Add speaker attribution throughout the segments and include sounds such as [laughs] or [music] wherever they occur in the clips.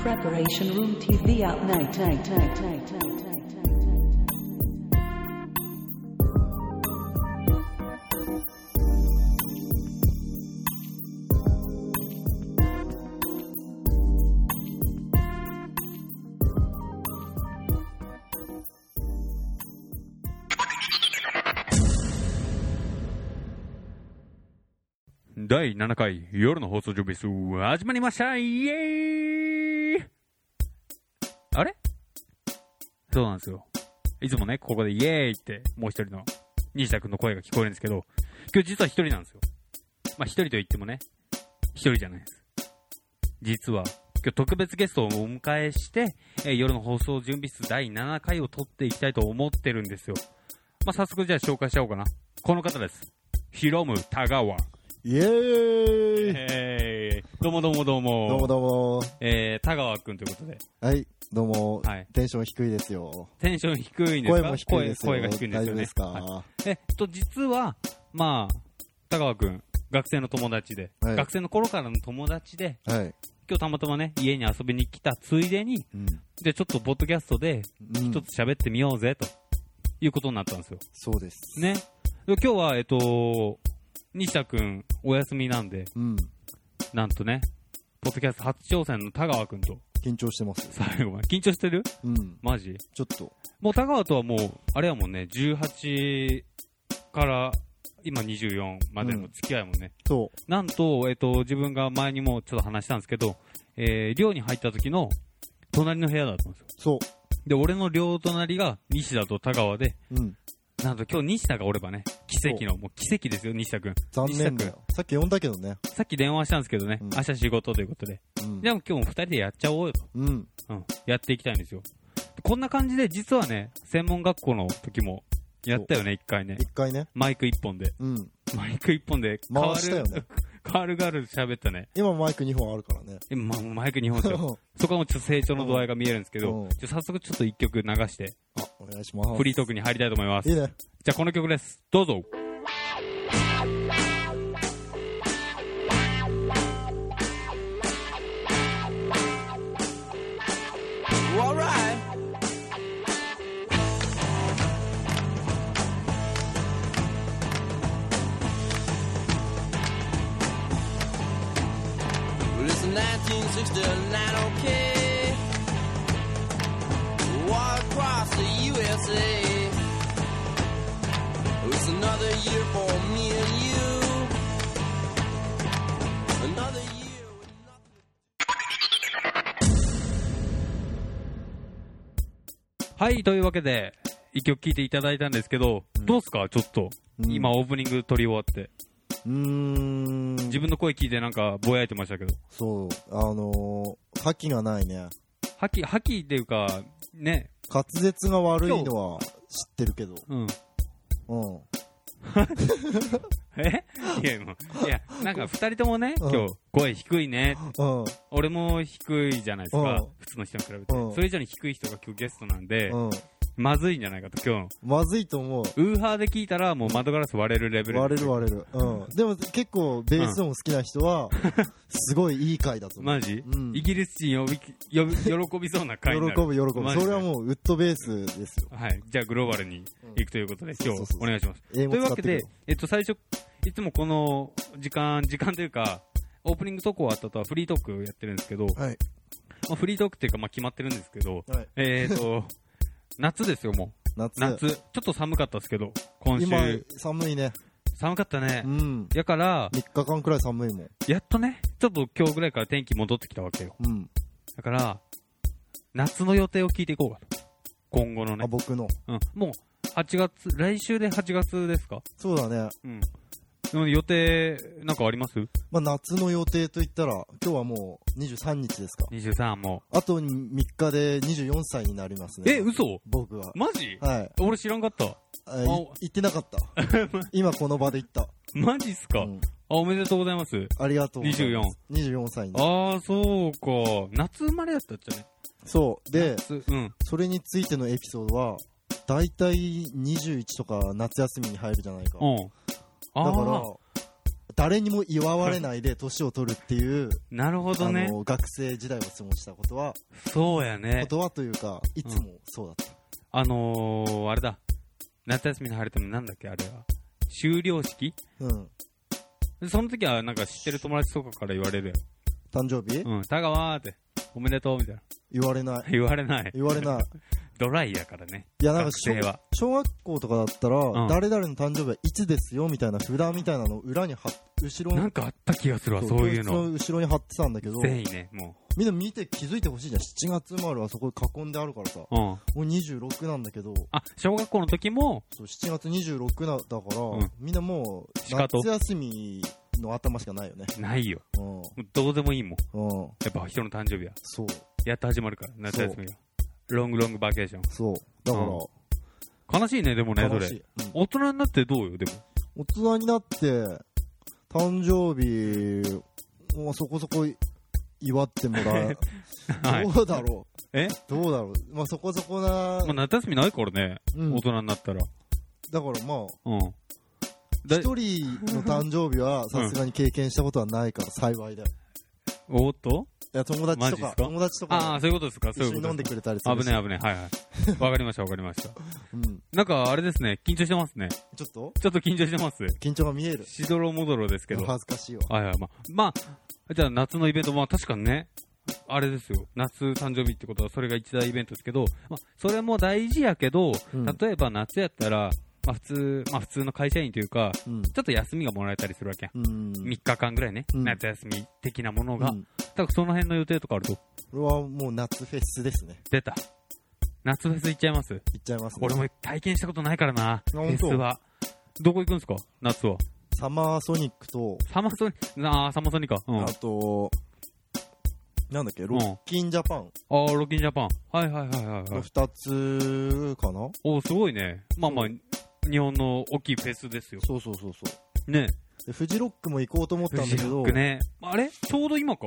Speaker 1: Preparation Room TV at night, night, night, night, night, night, night, night.
Speaker 2: 第7回夜の放送準備室始まりましたイエーイあれそうなんですよ。いつもね、ここでイエーイってもう一人の西田君の声が聞こえるんですけど、今日実は一人なんですよ。まあ一人と言ってもね、一人じゃないです。実は、今日特別ゲストをお迎えして、えー夜の放送準備室第7回を撮っていきたいと思ってるんですよ。まあ早速じゃあ紹介しちゃおうかな。この方です。ヒロム・タガワ。
Speaker 3: イエーイ
Speaker 2: えーどうもどうもどうも。
Speaker 3: どうもどうも。
Speaker 2: えー、田川くんということで。
Speaker 3: はい、どうも、
Speaker 2: はい
Speaker 3: テンション低いですよ。
Speaker 2: テンション低いんです
Speaker 3: 声
Speaker 2: か
Speaker 3: も低いですよ。
Speaker 2: 声声が低いんです
Speaker 3: 大丈
Speaker 2: よ
Speaker 3: 夫
Speaker 2: ね。
Speaker 3: ですか、
Speaker 2: はいえっと、実は、まあ、田川くん、学生の友達で、
Speaker 3: はい
Speaker 2: 学生の頃からの友達で、
Speaker 3: はい、
Speaker 2: 今日たまたまね、家に遊びに来たついでに、
Speaker 3: うん。
Speaker 2: で、ちょっとポッドキャストで、
Speaker 3: うん
Speaker 2: 一つ喋ってみようぜ、ということになったんですよ。
Speaker 3: そうです。
Speaker 2: ね。で今日は、えっと、西田くん、お休みなんで、
Speaker 3: うん。
Speaker 2: なんとね、ポッドキャスト初挑戦の田川くんと、
Speaker 3: 緊張してます。
Speaker 2: 最後まで、緊張してる
Speaker 3: うん。
Speaker 2: マジ
Speaker 3: ちょっと。
Speaker 2: もう田川とはもう、あれやもんね、18から今24までの付き合いもんね。
Speaker 3: そ
Speaker 2: なんと、えっ、と、自分が前にもちょっと話したんですけど、えー寮に入った時の隣の部屋だったんですよ。
Speaker 3: う、そ
Speaker 2: で、俺の両隣が西田と田川で、
Speaker 3: う。うん。
Speaker 2: なんと今日西田がおればね、奇跡の、もう奇跡ですよ、西田くん。
Speaker 3: 残念だよ。さっき呼んだけどね。
Speaker 2: さっき電話したんですけどね、
Speaker 3: うん
Speaker 2: 明日仕事ということで。
Speaker 3: うん。
Speaker 2: でも今日も二人でやっちゃおうよと。
Speaker 3: うん。
Speaker 2: うん、やっていきたいんですよ。こんな感じで、実はね、専門学校の時もやったよね、一回ね。
Speaker 3: 一回ね。
Speaker 2: マイク一本で。
Speaker 3: うん。
Speaker 2: マイク一本で、変わ
Speaker 3: 回したよね
Speaker 2: る、 [laughs] 変わるがある喋ったね。
Speaker 3: 今マイク2本あるからね。
Speaker 2: え、ま、マイク日本です
Speaker 3: [laughs]
Speaker 2: よ。そこはもうちょっと成長の度合いが見えるんですけ
Speaker 3: う
Speaker 2: ど
Speaker 3: ん、
Speaker 2: じゃあ早速ちょっと一曲流して、
Speaker 3: あ、お願いします。
Speaker 2: フリートークに入りたいと思います。
Speaker 3: いい
Speaker 2: じ
Speaker 3: ね。
Speaker 2: ゃあこの曲です。どうぞ。
Speaker 4: Alright. Well, it's 1969, okay. Walk across the USA. It's another year for me and you. Another year. with nothing-
Speaker 2: はい、というわけで、一曲聴いていただいたんですけど、
Speaker 3: ん
Speaker 2: どうっすかちょっと。
Speaker 3: うん
Speaker 2: 今オープニング撮り終わって。
Speaker 3: うーん。
Speaker 2: 自分の声聞いてなんかぼやいてましたけど。
Speaker 3: そう。あのー、覇気がないね。
Speaker 2: 覇気、覇気っていうか、ね、
Speaker 3: 滑舌が悪いのは知ってるけど。
Speaker 2: うん。
Speaker 3: うん。
Speaker 2: えいや、もう、いや、なんか二人ともね、
Speaker 3: う
Speaker 2: 今
Speaker 3: ん
Speaker 2: 日、声低いね。
Speaker 3: うん。
Speaker 2: 俺も低いじゃないです
Speaker 3: う
Speaker 2: か
Speaker 3: ん。
Speaker 2: 普通の人に比べて。
Speaker 3: うん
Speaker 2: それ以上に低い人が今日ゲストなんで、
Speaker 3: うん。
Speaker 2: まずいんじゃないかと、今日の。
Speaker 3: まずいと思
Speaker 2: ウ
Speaker 3: う。
Speaker 2: ーハーで聞いたら、もう窓ガラス割れるレベル。
Speaker 3: 割れる割れる。うん。でも結構ベース音好きな人は、すごいいい回だと思う。
Speaker 2: マジ、
Speaker 3: うん
Speaker 2: イギリス人呼び、呼び、喜びそうな
Speaker 3: 喜
Speaker 2: 回にな
Speaker 3: ぶ
Speaker 2: る。
Speaker 3: [laughs] 喜ぶ。
Speaker 2: マジで
Speaker 3: それはもうウッドベースですよ。
Speaker 2: はい。じゃあ、グローバルに行くということで、今
Speaker 3: そうそう
Speaker 2: 日
Speaker 3: そ、う
Speaker 2: お願いします。
Speaker 3: 英
Speaker 2: と
Speaker 3: 語
Speaker 2: いう
Speaker 3: 使
Speaker 2: わ
Speaker 3: っ
Speaker 2: け
Speaker 3: てくれ
Speaker 2: で、えっと、最初、いつもこの時間、時間というか、オープニングトーク終わった後はフリートークやってるんですけど、
Speaker 3: はい。
Speaker 2: まあ、フリートークっていうか、まあ、決まってるんですけど、
Speaker 3: はい。
Speaker 2: えー
Speaker 3: [laughs]
Speaker 2: と、夏ですよ、もう。
Speaker 3: 夏。
Speaker 2: 夏。ちょっと寒かったですけど、今
Speaker 3: 今
Speaker 2: 週。、
Speaker 3: 寒いね。
Speaker 2: 寒かったね
Speaker 3: う。ん。
Speaker 2: やから、
Speaker 3: 3日間くらい寒いもん。
Speaker 2: やっとね、ちょっと今日ぐらいから天気戻ってきたわけよ。
Speaker 3: うん。
Speaker 2: だから、夏の予定を聞いていこうかと。今後の
Speaker 3: あ、
Speaker 2: ね。
Speaker 3: 僕の。
Speaker 2: うん。もう、8月、来週で8月ですか
Speaker 3: そうだね。
Speaker 2: うん。でも予定、なんかあります
Speaker 3: まあ夏の予定といったら、今日はもう23日ですか。
Speaker 2: ?23 も。
Speaker 3: あと3日で24歳になりますね。
Speaker 2: え、嘘
Speaker 3: 僕は。
Speaker 2: マジ
Speaker 3: はい。
Speaker 2: 俺知らんかった。
Speaker 3: あい言ってな
Speaker 2: [laughs]
Speaker 3: かった。今この場で言った。
Speaker 2: マジっすか、
Speaker 3: う
Speaker 2: あ、
Speaker 3: ん
Speaker 2: おめでとうございます。
Speaker 3: ありがとうございます。24歳に。
Speaker 2: あー、そうか。夏生まれだったっちゃね。
Speaker 3: そう。で、
Speaker 2: すうん。
Speaker 3: それについてのエピソードは、大体21とか夏休みに入るじゃないか。
Speaker 2: うん。あ
Speaker 3: だ
Speaker 2: あ
Speaker 3: から、誰にも祝われないで年を取るっていう、
Speaker 2: なるほど
Speaker 3: あ
Speaker 2: ね。
Speaker 3: の学生時代を過ごしたことは、
Speaker 2: そうやね
Speaker 3: こ。とはというか、いつもそうだった。
Speaker 2: あのー、あれだ。夏休みの晴れてもなんだっけ、あれは。修了式
Speaker 3: うん。
Speaker 2: その時はなんか知ってる友達とかから言われるよ。
Speaker 3: 誕生日、
Speaker 2: うん、田川ーって、おめでとうみたいな。 [laughs]
Speaker 3: 言われない。
Speaker 2: 言われない。
Speaker 3: 言われない。
Speaker 2: ドライやからね。
Speaker 3: いや、なんか
Speaker 2: [laughs] 学生は
Speaker 3: 小、小学校とかだったら、
Speaker 2: ん
Speaker 3: 誰々の誕生日はいつですよみたいな札みたいなのを裏に貼っ後ろ
Speaker 2: なん
Speaker 3: に、
Speaker 2: かあった気がするわ、そういう
Speaker 3: 教室
Speaker 2: の。
Speaker 3: 後ろに貼ってたんだけど、
Speaker 2: 善意ね、も
Speaker 3: みんな見て気づいてほしいじゃん。7月生まれはそこ囲んであるからさ。
Speaker 2: う。うん。
Speaker 3: もう26なんだけど、
Speaker 2: あ、小学校の時も、
Speaker 3: そう7月26なだから、
Speaker 2: うん
Speaker 3: みんなもう
Speaker 2: 仕方
Speaker 3: 夏休みの頭しかないよね。
Speaker 2: ないよ。
Speaker 3: うん。
Speaker 2: どうでもいいもん。
Speaker 3: うん。
Speaker 2: やっぱ人の誕生日は。
Speaker 3: そう。
Speaker 2: やっと始まるから、夏休みが。ロングロングバケーション。
Speaker 3: そう。だか
Speaker 2: うん
Speaker 3: ら、
Speaker 2: 悲しいね、でもね、そ
Speaker 3: 悲し
Speaker 2: れ。
Speaker 3: い。うん
Speaker 2: 大人になってどう
Speaker 3: [laughs]
Speaker 2: よ、でも。
Speaker 3: 大人になって、誕生日、もうそこそこ祝っても
Speaker 2: [laughs]
Speaker 3: らう。
Speaker 2: はい。
Speaker 3: どうだろう
Speaker 2: え
Speaker 3: どうだろうまあそこそこな、
Speaker 2: まあ、夏休みないからね、
Speaker 3: うん
Speaker 2: 大、人になったら。
Speaker 3: だからまあ、
Speaker 2: うん。だ
Speaker 3: 一人の誕生日はさすがに経験したことはないから幸いだよ。
Speaker 2: おっと
Speaker 3: いや、友
Speaker 2: マ
Speaker 3: 達
Speaker 2: ジ
Speaker 3: と
Speaker 2: っすか
Speaker 3: か、友達と
Speaker 2: ああ、
Speaker 3: か
Speaker 2: そういうことですか、そう
Speaker 3: 一
Speaker 2: いうこ
Speaker 3: 緒に飲
Speaker 2: と
Speaker 3: んで
Speaker 2: です
Speaker 3: くれたりす
Speaker 2: か。
Speaker 3: る
Speaker 2: 危
Speaker 3: し
Speaker 2: ない危ない、はいはい。わかりました、わかりました。 [laughs]
Speaker 3: うん。
Speaker 2: なんか、あれですね、緊張してますね。
Speaker 3: ちょっと
Speaker 2: ちょっと緊張してます。
Speaker 3: 緊張が見える。
Speaker 2: しどろもどろですけど。
Speaker 3: 恥ずかしいわ。
Speaker 2: はいはい、まあ、まあ、じゃあ夏のイベント、まあ確かにね、あれですよ、夏誕生日ってことはそれが一大イベントですけど、まあ、それも大事やけど、
Speaker 3: うん
Speaker 2: 例えば夏やったら、まあ普通、まあ普通の会社員というか、
Speaker 3: うん。
Speaker 2: ちょっと休みがもらえたりするわけやん。
Speaker 3: うん。
Speaker 2: 3日間ぐらいね、
Speaker 3: うん
Speaker 2: 夏休み的なもの
Speaker 3: う
Speaker 2: が。
Speaker 3: ん
Speaker 2: だからその辺の予定とかあると、
Speaker 3: これはもう夏フェスですね。
Speaker 2: 出た。夏フェス行っちゃいます。
Speaker 3: 行っちゃいます、ね。
Speaker 2: 俺も体験したことないからな、フ
Speaker 3: 本
Speaker 2: ェス
Speaker 3: 当
Speaker 2: は。どこ行くんすか夏は。
Speaker 3: サマーソニックと、
Speaker 2: サマソニ、あーサマソニか。うん。
Speaker 3: あと、なんだっけ、ロッキンジャパン
Speaker 2: あー、ロッキンジャパン。はいはいはいはい、はい
Speaker 3: の。二つかな、
Speaker 2: おーすごいね。まあまあ、日本の大きいフェスですよ。
Speaker 3: そうそうそうそ
Speaker 2: ね。
Speaker 3: う。で、フジロックも行こうと思ったんだけど、
Speaker 2: ね。あれちょうど今か。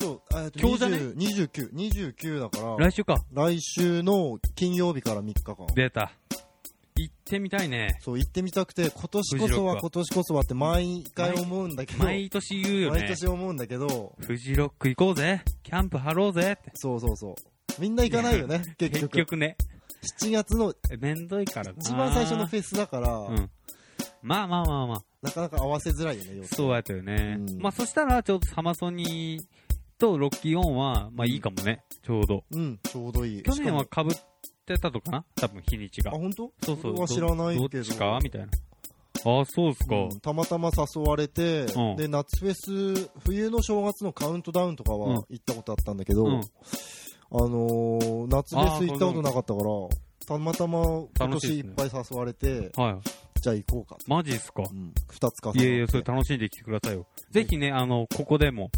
Speaker 3: そう、えっと、
Speaker 2: 今日じゃね
Speaker 3: 20 29、29だから、
Speaker 2: 来週か。
Speaker 3: 来週の金曜日から3日間。
Speaker 2: 出た。行ってみたいね。
Speaker 3: そう、行ってみたくて、今年こ
Speaker 2: フジロ
Speaker 3: そ
Speaker 2: ック
Speaker 3: は
Speaker 2: は
Speaker 3: 今年こそはって毎回思うんだけど、
Speaker 2: 毎年言うよ
Speaker 3: 毎
Speaker 2: ね。
Speaker 3: 年思うんだけど、
Speaker 2: フジロック行こうぜ。キャンプ張ろうぜって。
Speaker 3: そうそうそう。みんな行かな
Speaker 2: [laughs]
Speaker 3: いよね、結
Speaker 2: 結
Speaker 3: 局。
Speaker 2: 局ね。
Speaker 3: 7月の
Speaker 2: めんどいからな。
Speaker 3: 一番最初のフェスだから、
Speaker 2: うん。まあまあまあまあ。
Speaker 3: なかなか合わせづらいよね、要する
Speaker 2: そうやったよね
Speaker 3: う。ん
Speaker 2: まあそしたら、ちょうどサマソニとロッキーオンは、まあいいかもね。ちょうど。
Speaker 3: にうん、ちょうどいい。
Speaker 2: 去年は
Speaker 3: しか
Speaker 2: 被ってたとかな多分日にちが
Speaker 3: も、あ、。本当
Speaker 2: そうそう。
Speaker 3: 俺は知らないけど。
Speaker 2: どっちかみたいな。ああ、そうっすか。
Speaker 3: うんたまたま誘われて、
Speaker 2: うん
Speaker 3: で、夏フェス、冬の正月のカウントダウンとか
Speaker 2: うん
Speaker 3: は行ったことあったんだけど、
Speaker 2: うん
Speaker 3: あのー夏フェス行ったことなかったから、たまたま今
Speaker 2: 楽し
Speaker 3: 年
Speaker 2: い
Speaker 3: い
Speaker 2: っ
Speaker 3: っ
Speaker 2: すね
Speaker 3: ぱい誘われて、
Speaker 2: はい。
Speaker 3: じゃあ行こうかと。
Speaker 2: マジっすか。
Speaker 3: うん、二つか
Speaker 2: いやいや、それ楽しんできてくださいよ。ぜひね、あの、ここでも、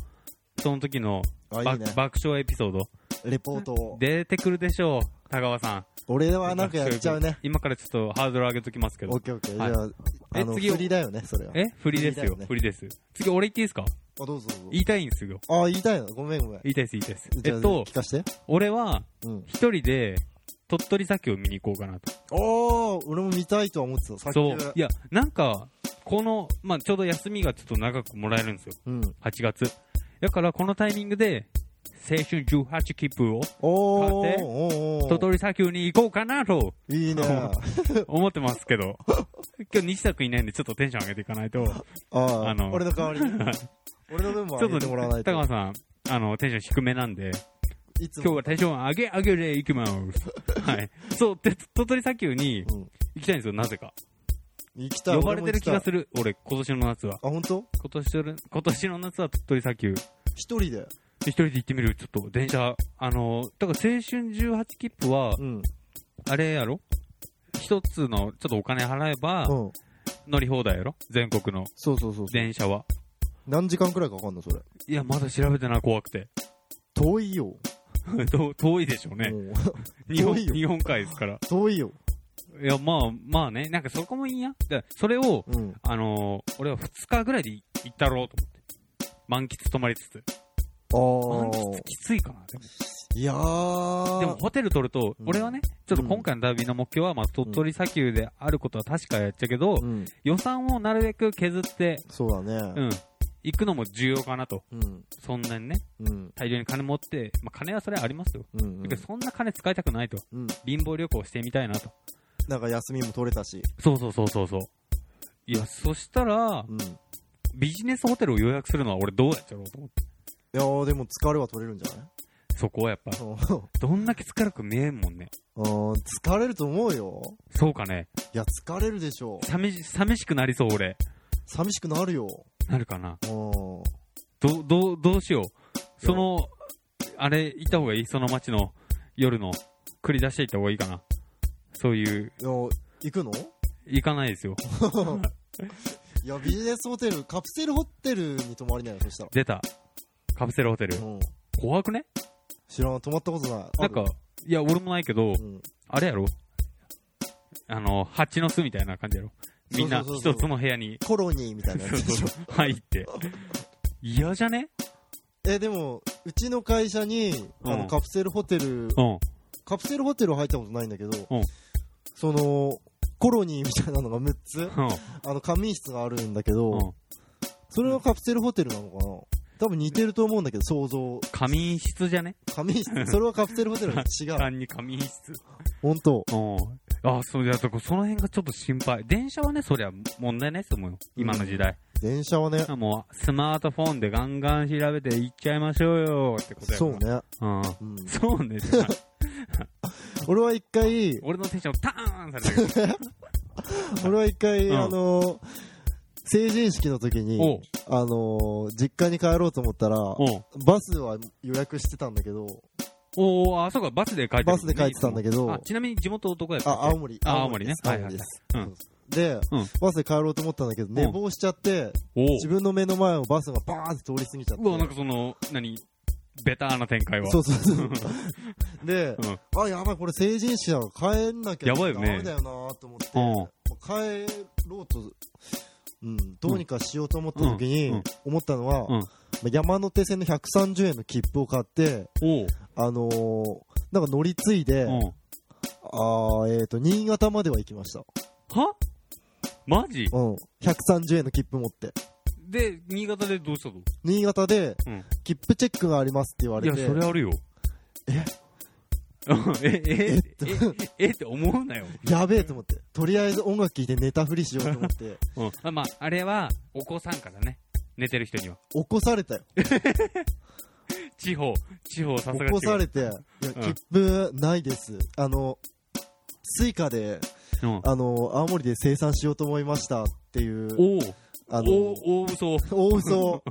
Speaker 2: その時の
Speaker 3: あ、い
Speaker 2: ば
Speaker 3: いね。
Speaker 2: 爆笑エピソード、
Speaker 3: レポートを。
Speaker 2: 出てくるでしょう、田川さん。
Speaker 3: 俺はなんかやっちゃうね。
Speaker 2: 今からちょっとハードル上げときますけ
Speaker 3: オ
Speaker 2: ど
Speaker 3: ッ。ケーオッケー。
Speaker 2: はい
Speaker 3: じゃあ、
Speaker 2: え
Speaker 3: あの、
Speaker 2: 次を
Speaker 3: 振りだよね、それは。
Speaker 2: え振りです
Speaker 3: 振りだ
Speaker 2: よ
Speaker 3: よね、
Speaker 2: 振りです。次、俺言っていいですか
Speaker 3: あ、どうぞどうぞ。
Speaker 2: 言いたいんですよ。
Speaker 3: あ、言いたいのごめんごめん。
Speaker 2: 言いたいです、言いたいです。
Speaker 3: じゃあ
Speaker 2: えっと
Speaker 3: 聞、かして。
Speaker 2: 俺は、
Speaker 3: うん。
Speaker 2: 一人で、鳥取砂丘を見に行こうかなと。
Speaker 3: おー、俺も見たいとは思ってた。さっき。
Speaker 2: そう。いや、なんか、この、まあ、ちょうど休みがちょっと長くもらえるんですよ。
Speaker 3: うん。
Speaker 2: 8月。だからこのタイミングで、青春18切符を、
Speaker 3: お
Speaker 2: 買っ
Speaker 3: ー、
Speaker 2: て
Speaker 3: おーおー
Speaker 2: 鳥取砂丘に行こうかなと
Speaker 3: いいね。
Speaker 2: 思ってますけど、今日西田君いないんでちょっとテンション上げていかないと、ち
Speaker 3: ああ
Speaker 2: あの
Speaker 3: 俺の代わ
Speaker 2: [laughs]
Speaker 3: りに。俺の分も
Speaker 2: ょ
Speaker 3: 上
Speaker 2: っ
Speaker 3: げてもらわな
Speaker 2: と
Speaker 3: い
Speaker 2: 田
Speaker 3: と。
Speaker 2: 川さん、あの、テンション低めなんで、
Speaker 3: いつ
Speaker 2: 今日
Speaker 3: も。
Speaker 2: はテンション上げ上げでいきます。
Speaker 3: [laughs]
Speaker 2: はい。そう、で、鳥取砂丘に
Speaker 3: うん。
Speaker 2: 行きたいんですよ、なぜか。
Speaker 3: 行きたい。
Speaker 2: 呼ばれてる気がす
Speaker 3: る。
Speaker 2: る、俺、今年の夏は。
Speaker 3: あ、本当？
Speaker 2: 今年の、今年の夏は鳥取砂丘。
Speaker 3: 一人で。
Speaker 2: 一人で行ってみる、ちょっと電車、あの、だから青春18切符は、
Speaker 3: うん。
Speaker 2: あれやろ一つの、ちょっとお金払えば
Speaker 3: う、ん。
Speaker 2: 乗り放題やろ全国の
Speaker 3: そうそうそうそう。
Speaker 2: 電車は。
Speaker 3: 何時間くらいかかんのそれ。
Speaker 2: いや、まだ調べてない、怖くて。 [laughs]
Speaker 3: 遠いよ。
Speaker 2: 遠遠いでしょうね。
Speaker 3: もう [laughs]
Speaker 2: 日本、
Speaker 3: 遠いよ
Speaker 2: 日本海ですから。
Speaker 3: 遠いよ。
Speaker 2: いや、まあ、まあね、なんかそこもいいや。で、それを、
Speaker 3: うん。
Speaker 2: あのー俺は2日ぐらいで行ったろうと思って。満喫泊まりつつ。
Speaker 3: あ
Speaker 2: 満
Speaker 3: ー
Speaker 2: 喫きついかな。でも
Speaker 3: いやー。
Speaker 2: でもホテル取ると、
Speaker 3: うん
Speaker 2: 俺はね、ちょっと今回の旅の目標は、まあ、鳥取砂丘であることは確かやっちゃけど
Speaker 3: う、ん、
Speaker 2: 予算をなるべく削って、
Speaker 3: そうだ
Speaker 2: う
Speaker 3: ね。
Speaker 2: ん、行くのも重要かなと。
Speaker 3: うん。
Speaker 2: そんなにね、
Speaker 3: うん。
Speaker 2: 大量に金持って、まあ、金はそれはありますよ。
Speaker 3: うん。
Speaker 2: だけど、そんな金使いたくないと。
Speaker 3: うん。
Speaker 2: 貧乏旅行してみたいなと。
Speaker 3: なんか休みも取れたし。
Speaker 2: そうそうそうそうそう。いや、そしたら
Speaker 3: う、ん。い
Speaker 2: ビジネスホテルを予約するのは俺どうやっちゃろうと思って。
Speaker 3: やー、でも疲れは取れるんじゃない [laughs]
Speaker 2: そこはやっぱ、
Speaker 3: う
Speaker 2: どんだけ疲れく見えんもんね。
Speaker 3: ん。疲れると思うよ。
Speaker 2: そうかね。
Speaker 3: いや、疲れるでしょう。
Speaker 2: 寂し、寂しくなりそう俺。
Speaker 3: 寂しくなるよ。
Speaker 2: なるかな。
Speaker 3: うん。
Speaker 2: どう、どう、どうしよう。その、あれ、行った方がいいその街の夜の繰り出していった方がいいかな。そういう、
Speaker 3: いや、行くの
Speaker 2: 行かないですよ。
Speaker 3: いや、ビジネスホテル、カプセルホテルに泊まりなよ、そしたら。
Speaker 2: 出た。カプセルホテル。
Speaker 3: うん。
Speaker 2: 怖くね
Speaker 3: 知らん、泊まったことない。あ
Speaker 2: なん
Speaker 3: る
Speaker 2: か、、いや、俺もないけど、
Speaker 3: うん。
Speaker 2: あれやろあの、蜂の巣みたいな感じやろみんな
Speaker 3: そうそうそうそう
Speaker 2: 一つの部屋に、
Speaker 3: コロニーみたいなやつでしょ。
Speaker 2: [laughs] 入って。嫌じゃね
Speaker 3: え、でも、うちの会社に、あ
Speaker 2: うん
Speaker 3: の、カプセルホテル、
Speaker 2: うん。
Speaker 3: カプセルホテルは入ったことないんだけど
Speaker 2: うん、
Speaker 3: その、コロニーみたいなのが6つ、
Speaker 2: うん。
Speaker 3: あの、仮眠室があるんだけ
Speaker 2: うん
Speaker 3: ど、。それはカプセルホテルなのかな多分似てると思うんだけど、想像。
Speaker 2: 仮眠室じゃね
Speaker 3: 仮
Speaker 2: [laughs]
Speaker 3: 眠室、それはカプセルホテルは違う。
Speaker 2: 単に仮眠室。
Speaker 3: 本当
Speaker 2: うん。あ、そう、いや、だからその辺がちょっと心配。電車はね、そりゃ問題ないと思うよ。今の時代。
Speaker 3: 電車はね、
Speaker 2: もう、スマートフォンでガンガン調べて行っちゃいましょうよってことやから
Speaker 3: そう。ね。
Speaker 2: うん。
Speaker 3: うん
Speaker 2: そうね。
Speaker 3: [laughs] 俺は一回、
Speaker 2: 俺のテンションターンされたけど。
Speaker 3: 俺は一回、
Speaker 2: うん
Speaker 3: あのー、成人式の時に、
Speaker 2: おう
Speaker 3: あのー、実家に帰ろうと思ったら、
Speaker 2: おう
Speaker 3: バスは予約してたんだけど、
Speaker 2: おうあ、そうか、バスで帰って
Speaker 3: バスで帰ってたんだけど
Speaker 2: あ、ちなみに地元どこやったっ
Speaker 3: あ、
Speaker 2: け
Speaker 3: 青森。
Speaker 2: あ青森ね
Speaker 3: です
Speaker 2: はい
Speaker 3: 青
Speaker 2: はい
Speaker 3: 森
Speaker 2: はい
Speaker 3: です。
Speaker 2: うん
Speaker 3: そうですで、
Speaker 2: うん
Speaker 3: バスで帰ろうと思ったんだけど、寝坊しちゃって、
Speaker 2: おう
Speaker 3: 自分の目の前をバスがバーンって通り過ぎちゃって。
Speaker 2: うわ、なんかその、何ベターな展開は。
Speaker 3: そうそうそう。
Speaker 2: [laughs]
Speaker 3: で、
Speaker 2: うん。
Speaker 3: あ、やばい、これ成人式なの帰んなきゃ
Speaker 2: やばいよね
Speaker 3: ダメだよなと思って、
Speaker 2: うん
Speaker 3: もう帰ろうと、うん、どうにかしようと思った時
Speaker 2: うんう
Speaker 3: に
Speaker 2: ん、
Speaker 3: 思ったのは、
Speaker 2: うん
Speaker 3: まあ山手線の130円の切符を買って、
Speaker 2: おう
Speaker 3: あのーなんか乗り継いで、
Speaker 2: うん。
Speaker 3: あーえっ、と、新潟までは行きました。
Speaker 2: はマジ
Speaker 3: うん。130円の切符持って。
Speaker 2: で、新潟でどうしたの
Speaker 3: 新潟で
Speaker 2: うん、
Speaker 3: 切符チェックがありますって言わ
Speaker 2: い
Speaker 3: れ
Speaker 2: や、
Speaker 3: て、
Speaker 2: それあるよ。 [laughs] ええ、え、え、え、えって思うなよ。
Speaker 3: やべえと思って、とりあえず音楽聴いて寝たふりしようと
Speaker 2: [laughs]
Speaker 3: 思って、
Speaker 2: うん。あまあ、あれは、お子さんからね。寝てる人には。
Speaker 3: 起こされたよ。
Speaker 2: 地方、地方さすが
Speaker 3: 起こされ
Speaker 2: て。
Speaker 3: て、いや、
Speaker 2: うん
Speaker 3: 切符ないです。あの、スイカで、
Speaker 2: うん。お
Speaker 3: あの、青森で生産しようと思いましたっていう、
Speaker 2: おう
Speaker 3: あ
Speaker 2: お
Speaker 3: の
Speaker 2: う、大嘘。
Speaker 3: 大嘘、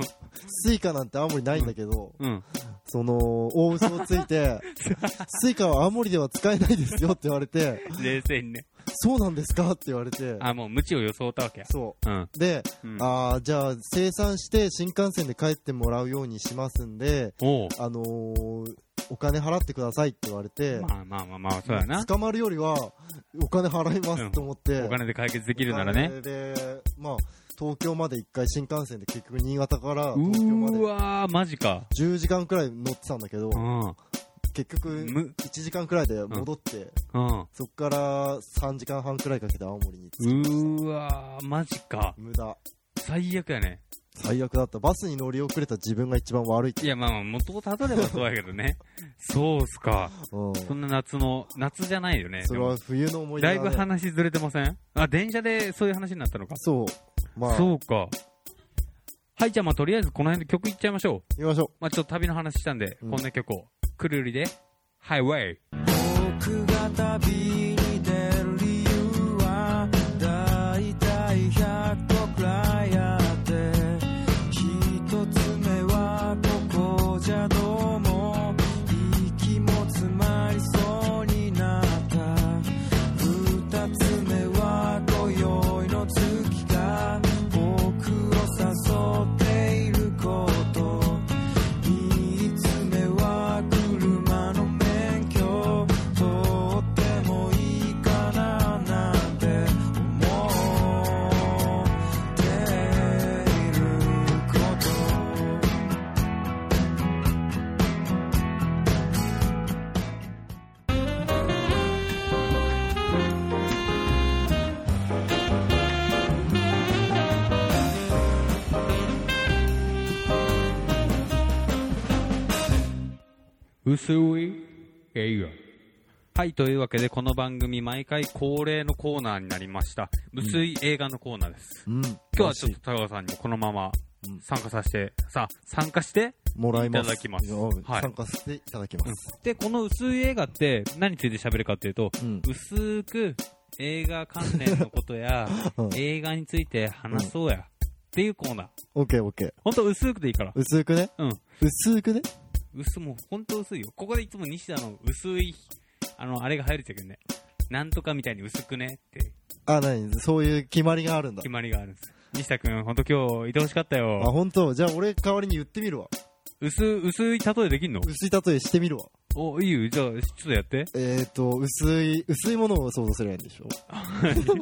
Speaker 3: スイカなんて青森ないんだけど、
Speaker 2: うん。
Speaker 3: その、大嘘をつい
Speaker 2: [laughs]
Speaker 3: て、スイカは青森では使えないですよって言われて、
Speaker 2: 冷静に
Speaker 3: [laughs]
Speaker 2: ね。
Speaker 3: そうなんですかって言われて、
Speaker 2: あ、もう無知を装ったわけや。
Speaker 3: そ
Speaker 2: うん。
Speaker 3: う。で、
Speaker 2: うん、
Speaker 3: あーじゃあ生産して新幹線で帰ってもらうようにしますんで、
Speaker 2: おう
Speaker 3: あのーお金払ってくださいって言われて、
Speaker 2: まあまあまあまあ、そうやな。
Speaker 3: 捕まるよりはお金払いますと思って、
Speaker 2: お金で解決できるならね。
Speaker 3: お金で、まあ、東京まで一回新幹線で結局新潟から
Speaker 2: う
Speaker 3: 東京ま
Speaker 2: ー
Speaker 3: で
Speaker 2: わー、マジか。
Speaker 3: 10時間くらい乗ってたんだけ
Speaker 2: う、
Speaker 3: ど
Speaker 2: ん。うん。
Speaker 3: 結局
Speaker 2: む
Speaker 3: 1時間くらいで戻って、
Speaker 2: う
Speaker 3: そっから3時間半くらいかけて青森に着きました。
Speaker 2: ーわー、マジか。
Speaker 3: 無駄。
Speaker 2: 最悪やね。
Speaker 3: 最悪だった。バスに乗り遅れた自分が一番悪いって。
Speaker 2: いや、まあまあ、元をたどればそうやけど
Speaker 3: [laughs]
Speaker 2: ね。そうっすか。
Speaker 3: うん。
Speaker 2: そんな夏の、夏じゃないよね。
Speaker 3: それは冬の思い出
Speaker 2: だい
Speaker 3: ね
Speaker 2: ぶ話ずれてませんあ、電車でそういう話になったのか。
Speaker 3: そう。まあ、
Speaker 2: そうか。はい、じゃあまあとりあえずこの辺で曲いっちゃいましょう。
Speaker 3: 行きましょ
Speaker 2: まあちょっと旅の話したんで、
Speaker 3: うん
Speaker 2: こんな曲を。くるりで、ハイウェイ。
Speaker 4: 僕が旅に出る理由はだいたい100個くらいあって一つ目はここじゃどうも息も詰まりそうになった二つ目は今宵の月が僕を誘っていること三つ目は車の免許取ってもいい
Speaker 2: 薄い映画。はい、というわけで、この番組、毎回恒例のコーナーになりました。薄い映画のコーナーです。
Speaker 3: うん。
Speaker 2: 今日はちょっと高川さんにもこのまま
Speaker 3: うん
Speaker 2: 参加させて、さあ、参加して、
Speaker 3: もらいます。
Speaker 2: いただきます
Speaker 3: や
Speaker 2: はい
Speaker 3: 参加していただきます。
Speaker 2: で、この薄い映画って何について喋るかっていうと、
Speaker 3: うん。
Speaker 2: 薄く映画関連のことや、
Speaker 3: [laughs] うん
Speaker 2: 映画について話そうや、っていうコーナー。
Speaker 3: オッケーオッケー。
Speaker 2: ほんと薄くでいいから。
Speaker 3: 薄くね
Speaker 2: うん。
Speaker 3: 薄くね
Speaker 2: 薄、もうほんと薄いよ。ここでいつも西田の薄い、あの、あれが入るんだけどね。なんとかみたいに薄くねって
Speaker 3: あ、なにそういう決まりがあるんだ
Speaker 2: 決。まりがあるんです。西田くん、ほんと今日いてほしかった
Speaker 3: あ、
Speaker 2: よ。
Speaker 3: ほんとじゃあ俺代わりに言ってみるわ。
Speaker 2: 薄、薄い例えできんの
Speaker 3: 薄い例えしてみるわ。
Speaker 2: お、いいよ。じゃあ、ちょっとやって。
Speaker 3: えっ、ー、と、薄い、薄いものを想像すればいいんでしょ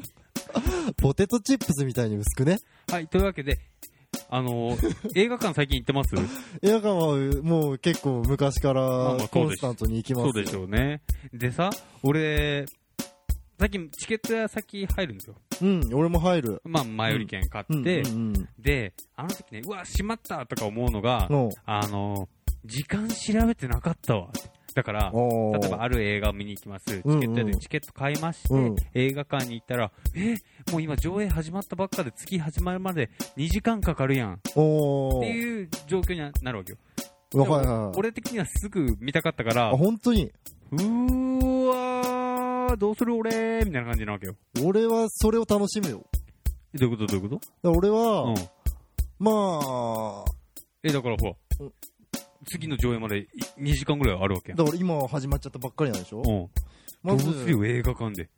Speaker 3: [laughs] ポテトチップスみたいに薄くね
Speaker 2: はい、というわけで、あの、
Speaker 3: [laughs]
Speaker 2: 映画館最近行ってます
Speaker 3: 映画館はもう結構昔か
Speaker 2: まあ
Speaker 3: ら
Speaker 2: まあ
Speaker 3: コンスタントに行きます
Speaker 2: そ
Speaker 3: よ。
Speaker 2: うでしょうね。でさ、俺、最近チケット屋先入るんですよ。
Speaker 3: うん、俺も入る。
Speaker 2: まあ、前売り券買って、
Speaker 3: うん、うんうん
Speaker 2: で、あの時ね、うわ、しまったとか思うのが、
Speaker 3: の
Speaker 2: あの、時間調べてなかったわ。だから、
Speaker 3: おー
Speaker 2: 例えばある映画を見に行きます。チケ
Speaker 3: うんうん
Speaker 2: ット屋でチケット買いまして、
Speaker 3: うん
Speaker 2: 映画館に行ったら、え、もう今上映始まったばっかで月始まるまで2時間かかるやん。っ
Speaker 3: お
Speaker 2: て
Speaker 3: ー。
Speaker 2: いう状況にはなるわけよ。
Speaker 3: わか
Speaker 2: で
Speaker 3: る
Speaker 2: も
Speaker 3: はい。
Speaker 2: 俺的にはすぐ見たかったから
Speaker 3: あ、、本当に。
Speaker 2: うーわー、どうする俺ーみたいな感じなわけよ。
Speaker 3: 俺はそれを楽しむよ。
Speaker 2: どういうことどういうこ
Speaker 3: だから俺
Speaker 2: と
Speaker 3: は、
Speaker 2: うん。
Speaker 3: まあ、
Speaker 2: え、だからほら
Speaker 3: うん、
Speaker 2: 次の上映までい2時間ぐらいあるわけやん。
Speaker 3: だから今始まっちゃったばっかりなんでしょ
Speaker 2: うん。ど
Speaker 3: ま
Speaker 2: う
Speaker 3: ず、
Speaker 2: するよ、映画館で。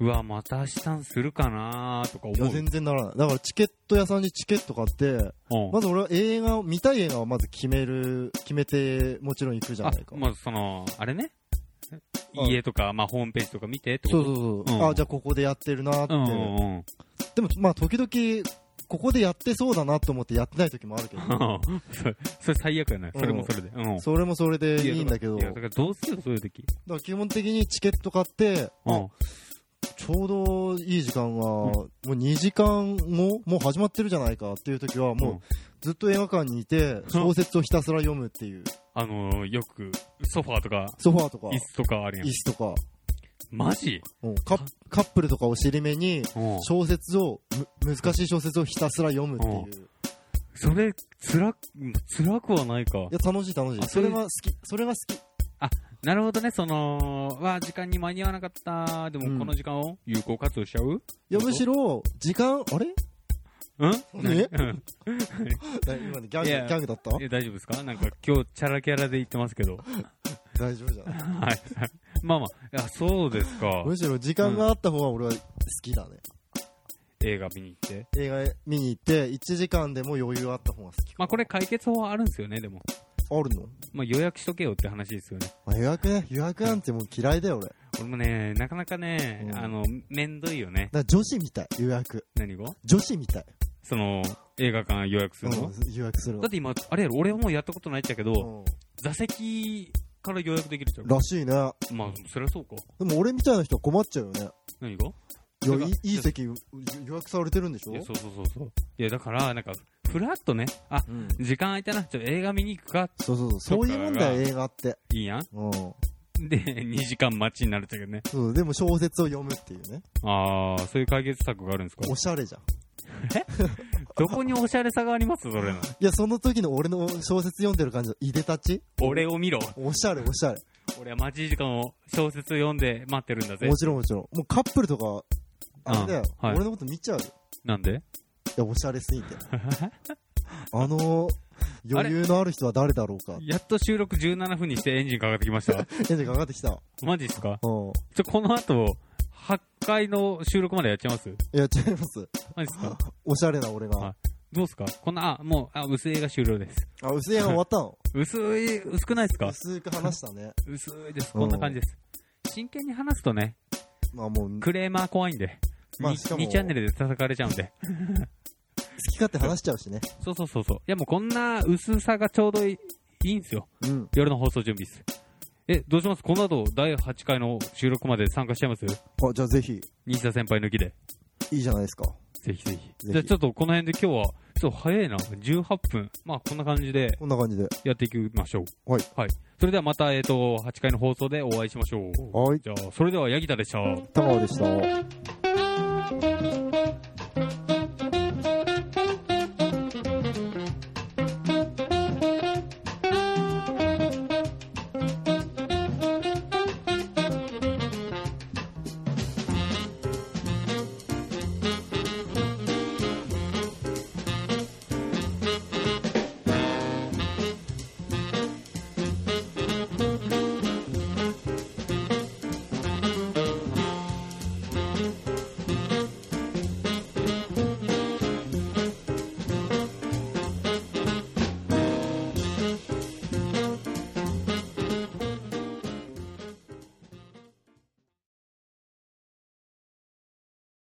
Speaker 2: うわ、また明日にするかなーとか
Speaker 3: いや
Speaker 2: 思う。
Speaker 3: 全然ならない。だからチケット屋さんにチケット買って、
Speaker 2: うん
Speaker 3: まず俺は映画を、見たい映画をまず決める、決めて、もちろん行くじゃ
Speaker 2: あ
Speaker 3: ないか。、
Speaker 2: まずその、あれね。
Speaker 3: うん
Speaker 2: 家とか、まあ、ホームページとか見てってこ
Speaker 3: そ
Speaker 2: と
Speaker 3: うそうそう。
Speaker 2: うん
Speaker 3: あ、じゃあここでやってるなって。
Speaker 2: うんうんうん。
Speaker 3: でも、まあ時々、ここでやってそうだなと思ってやってない時もあるけど、
Speaker 2: それ、 [laughs] それ最悪やな。それもそれで。うん。
Speaker 3: それもそれでいいんだけど、
Speaker 2: いや
Speaker 3: だ
Speaker 2: だ
Speaker 3: か
Speaker 2: からどうするよ、そういう時。
Speaker 3: ら基本的にチケット買って、
Speaker 2: う
Speaker 3: あ
Speaker 2: ん。
Speaker 3: ちょうどいい時
Speaker 2: ん
Speaker 3: 間は、もう2時間後、もう始まってるじゃないかっていう時は、もうずっと映画館にいて、小説をひたすら読むっていう、
Speaker 2: あのー、よく、ソファーとか、
Speaker 3: ソファーとか、
Speaker 2: 椅子とかあるやん
Speaker 3: 椅。子とか、
Speaker 2: マジ
Speaker 3: うんカッカップルとかを尻目に、
Speaker 2: うん。
Speaker 3: 小説を、む難しい小説をひたすら読むっていう。
Speaker 2: それ、辛く、辛くはないか
Speaker 3: い。や、楽しい楽し
Speaker 2: あ
Speaker 3: い。それは好き。それが好き。
Speaker 2: なるほどね、その、わ、時間に間に合わなかった。で
Speaker 3: う
Speaker 2: も、
Speaker 3: ん
Speaker 2: この時間を有効活用しちゃう
Speaker 3: いや、むしろ、時間、あれ
Speaker 2: うん
Speaker 3: え [laughs]
Speaker 2: うん
Speaker 3: だ今のギャン
Speaker 2: いや
Speaker 3: グ、ギャングだった
Speaker 2: え大丈夫ですかなんか、今日、チャラキャラで言ってますけ
Speaker 3: [laughs]
Speaker 2: ど。はい。
Speaker 3: 大丈夫じゃない
Speaker 2: まあまあ、いや、そうですか。
Speaker 3: むしろ、時間があった方が俺は好きだね。
Speaker 2: 映画見に行って。
Speaker 3: 映画見に行って、1時間でも余裕あった方が好きかな。
Speaker 2: まあ、これ解決法はあるんですよね、でも。
Speaker 3: あるの
Speaker 2: まあ、予約しとけよって話ですよね。
Speaker 3: まあ予約ね。予約なんてもう嫌いだよ、俺。だか
Speaker 2: 俺もね、なかなかね
Speaker 3: う、ん
Speaker 2: あの、めんどいよね。
Speaker 3: ら女子みたい、予約。
Speaker 2: 何が
Speaker 3: 女子みたい。
Speaker 2: その、映画館予約す
Speaker 3: う
Speaker 2: るの、
Speaker 3: ん、予約するわ
Speaker 2: だって今、あれやろ、俺はもうやったことないっちゃけど、
Speaker 3: うん
Speaker 2: 座席から予約できるじゃん。
Speaker 3: らしいね。
Speaker 2: まあ、そりゃそうか。
Speaker 3: でも俺みたいな人は困っちゃうよね。
Speaker 2: 何が
Speaker 3: い
Speaker 2: だ
Speaker 3: や
Speaker 2: から
Speaker 3: いいいい席予約されてるんでしょ
Speaker 2: いや、そうそうそうそう。いや、だから、なんか、ふらっとね、あ、
Speaker 3: うん
Speaker 2: 時間空いたな、ちょっと映画見に行くか、
Speaker 3: そうそうそう。そういうもんだよ、映画って。
Speaker 2: いいやん。
Speaker 3: うん。
Speaker 2: で、2時 [laughs] 間待ちになるっちゃけどね。
Speaker 3: そう、でも小説を読むっていうね。
Speaker 2: あー、そういう解決策があるんですか
Speaker 3: おしゃれじゃん。
Speaker 2: どこにおしゃれさがありますそれの。
Speaker 3: いや、その時の俺の小説読んでる感じのいでたち
Speaker 2: 俺を見ろ。
Speaker 3: おしゃれ、おしゃれ。
Speaker 2: 俺は待ち時間を小説読んで待ってるんだぜ
Speaker 3: も。ちろんもちろん。もうカップルとか、あれだよ。
Speaker 2: うんはい
Speaker 3: 俺のこと見ちゃうよ。い
Speaker 2: なんで
Speaker 3: や、おしゃれす
Speaker 2: [laughs]
Speaker 3: ぎて。あのー、余裕のある人は誰だろうか。
Speaker 2: やっと収録17分にしてエンジンかかってきま [laughs] した。
Speaker 3: エンジンかかってきた。
Speaker 2: マジっすか
Speaker 3: うん。
Speaker 2: ちょ、この後、8回の収録までやっちゃいます
Speaker 3: いや、違います。
Speaker 2: マジっすか
Speaker 3: おしゃれな俺
Speaker 2: は
Speaker 3: が
Speaker 2: い。どうっすかこんな、あ、もう、あ、薄い映画終了です。
Speaker 3: あ、薄い映画終わったの
Speaker 2: 薄い、薄くないっすか
Speaker 3: 薄く話した
Speaker 2: [laughs]
Speaker 3: ね。
Speaker 2: 薄いです。こんな感じです。真剣に話すとね、
Speaker 3: まあもう、好
Speaker 2: クレーマー怖いんで。
Speaker 3: まあ
Speaker 2: に
Speaker 3: しかも
Speaker 2: 2チャンネルで叩かれちゃうんで。
Speaker 3: き勝手話しちゃうしね。
Speaker 2: そうそうそうそう。いやもうこんな薄さがちょうどいいいいんすよ。
Speaker 3: うん。
Speaker 2: 夜の放送準備です。え、どうしますこの後、第8回の収録まで参加しちゃいます
Speaker 3: あ、じゃあぜひ、
Speaker 2: 西田先輩抜きで。
Speaker 3: いいじゃないですか。
Speaker 2: ぜひぜひ。
Speaker 3: ひ
Speaker 2: じゃあちょっとこの辺で今日は、ちょっと早いな、18分。まあこんな感じで
Speaker 3: こんな感じで。
Speaker 2: やっていきましょう。
Speaker 3: はい。
Speaker 2: はい。それではまた、えっ、と、8回の放送でお会いしましょう。
Speaker 3: はい。
Speaker 2: じゃあ、それではヤギタでした。
Speaker 3: 玉川でした。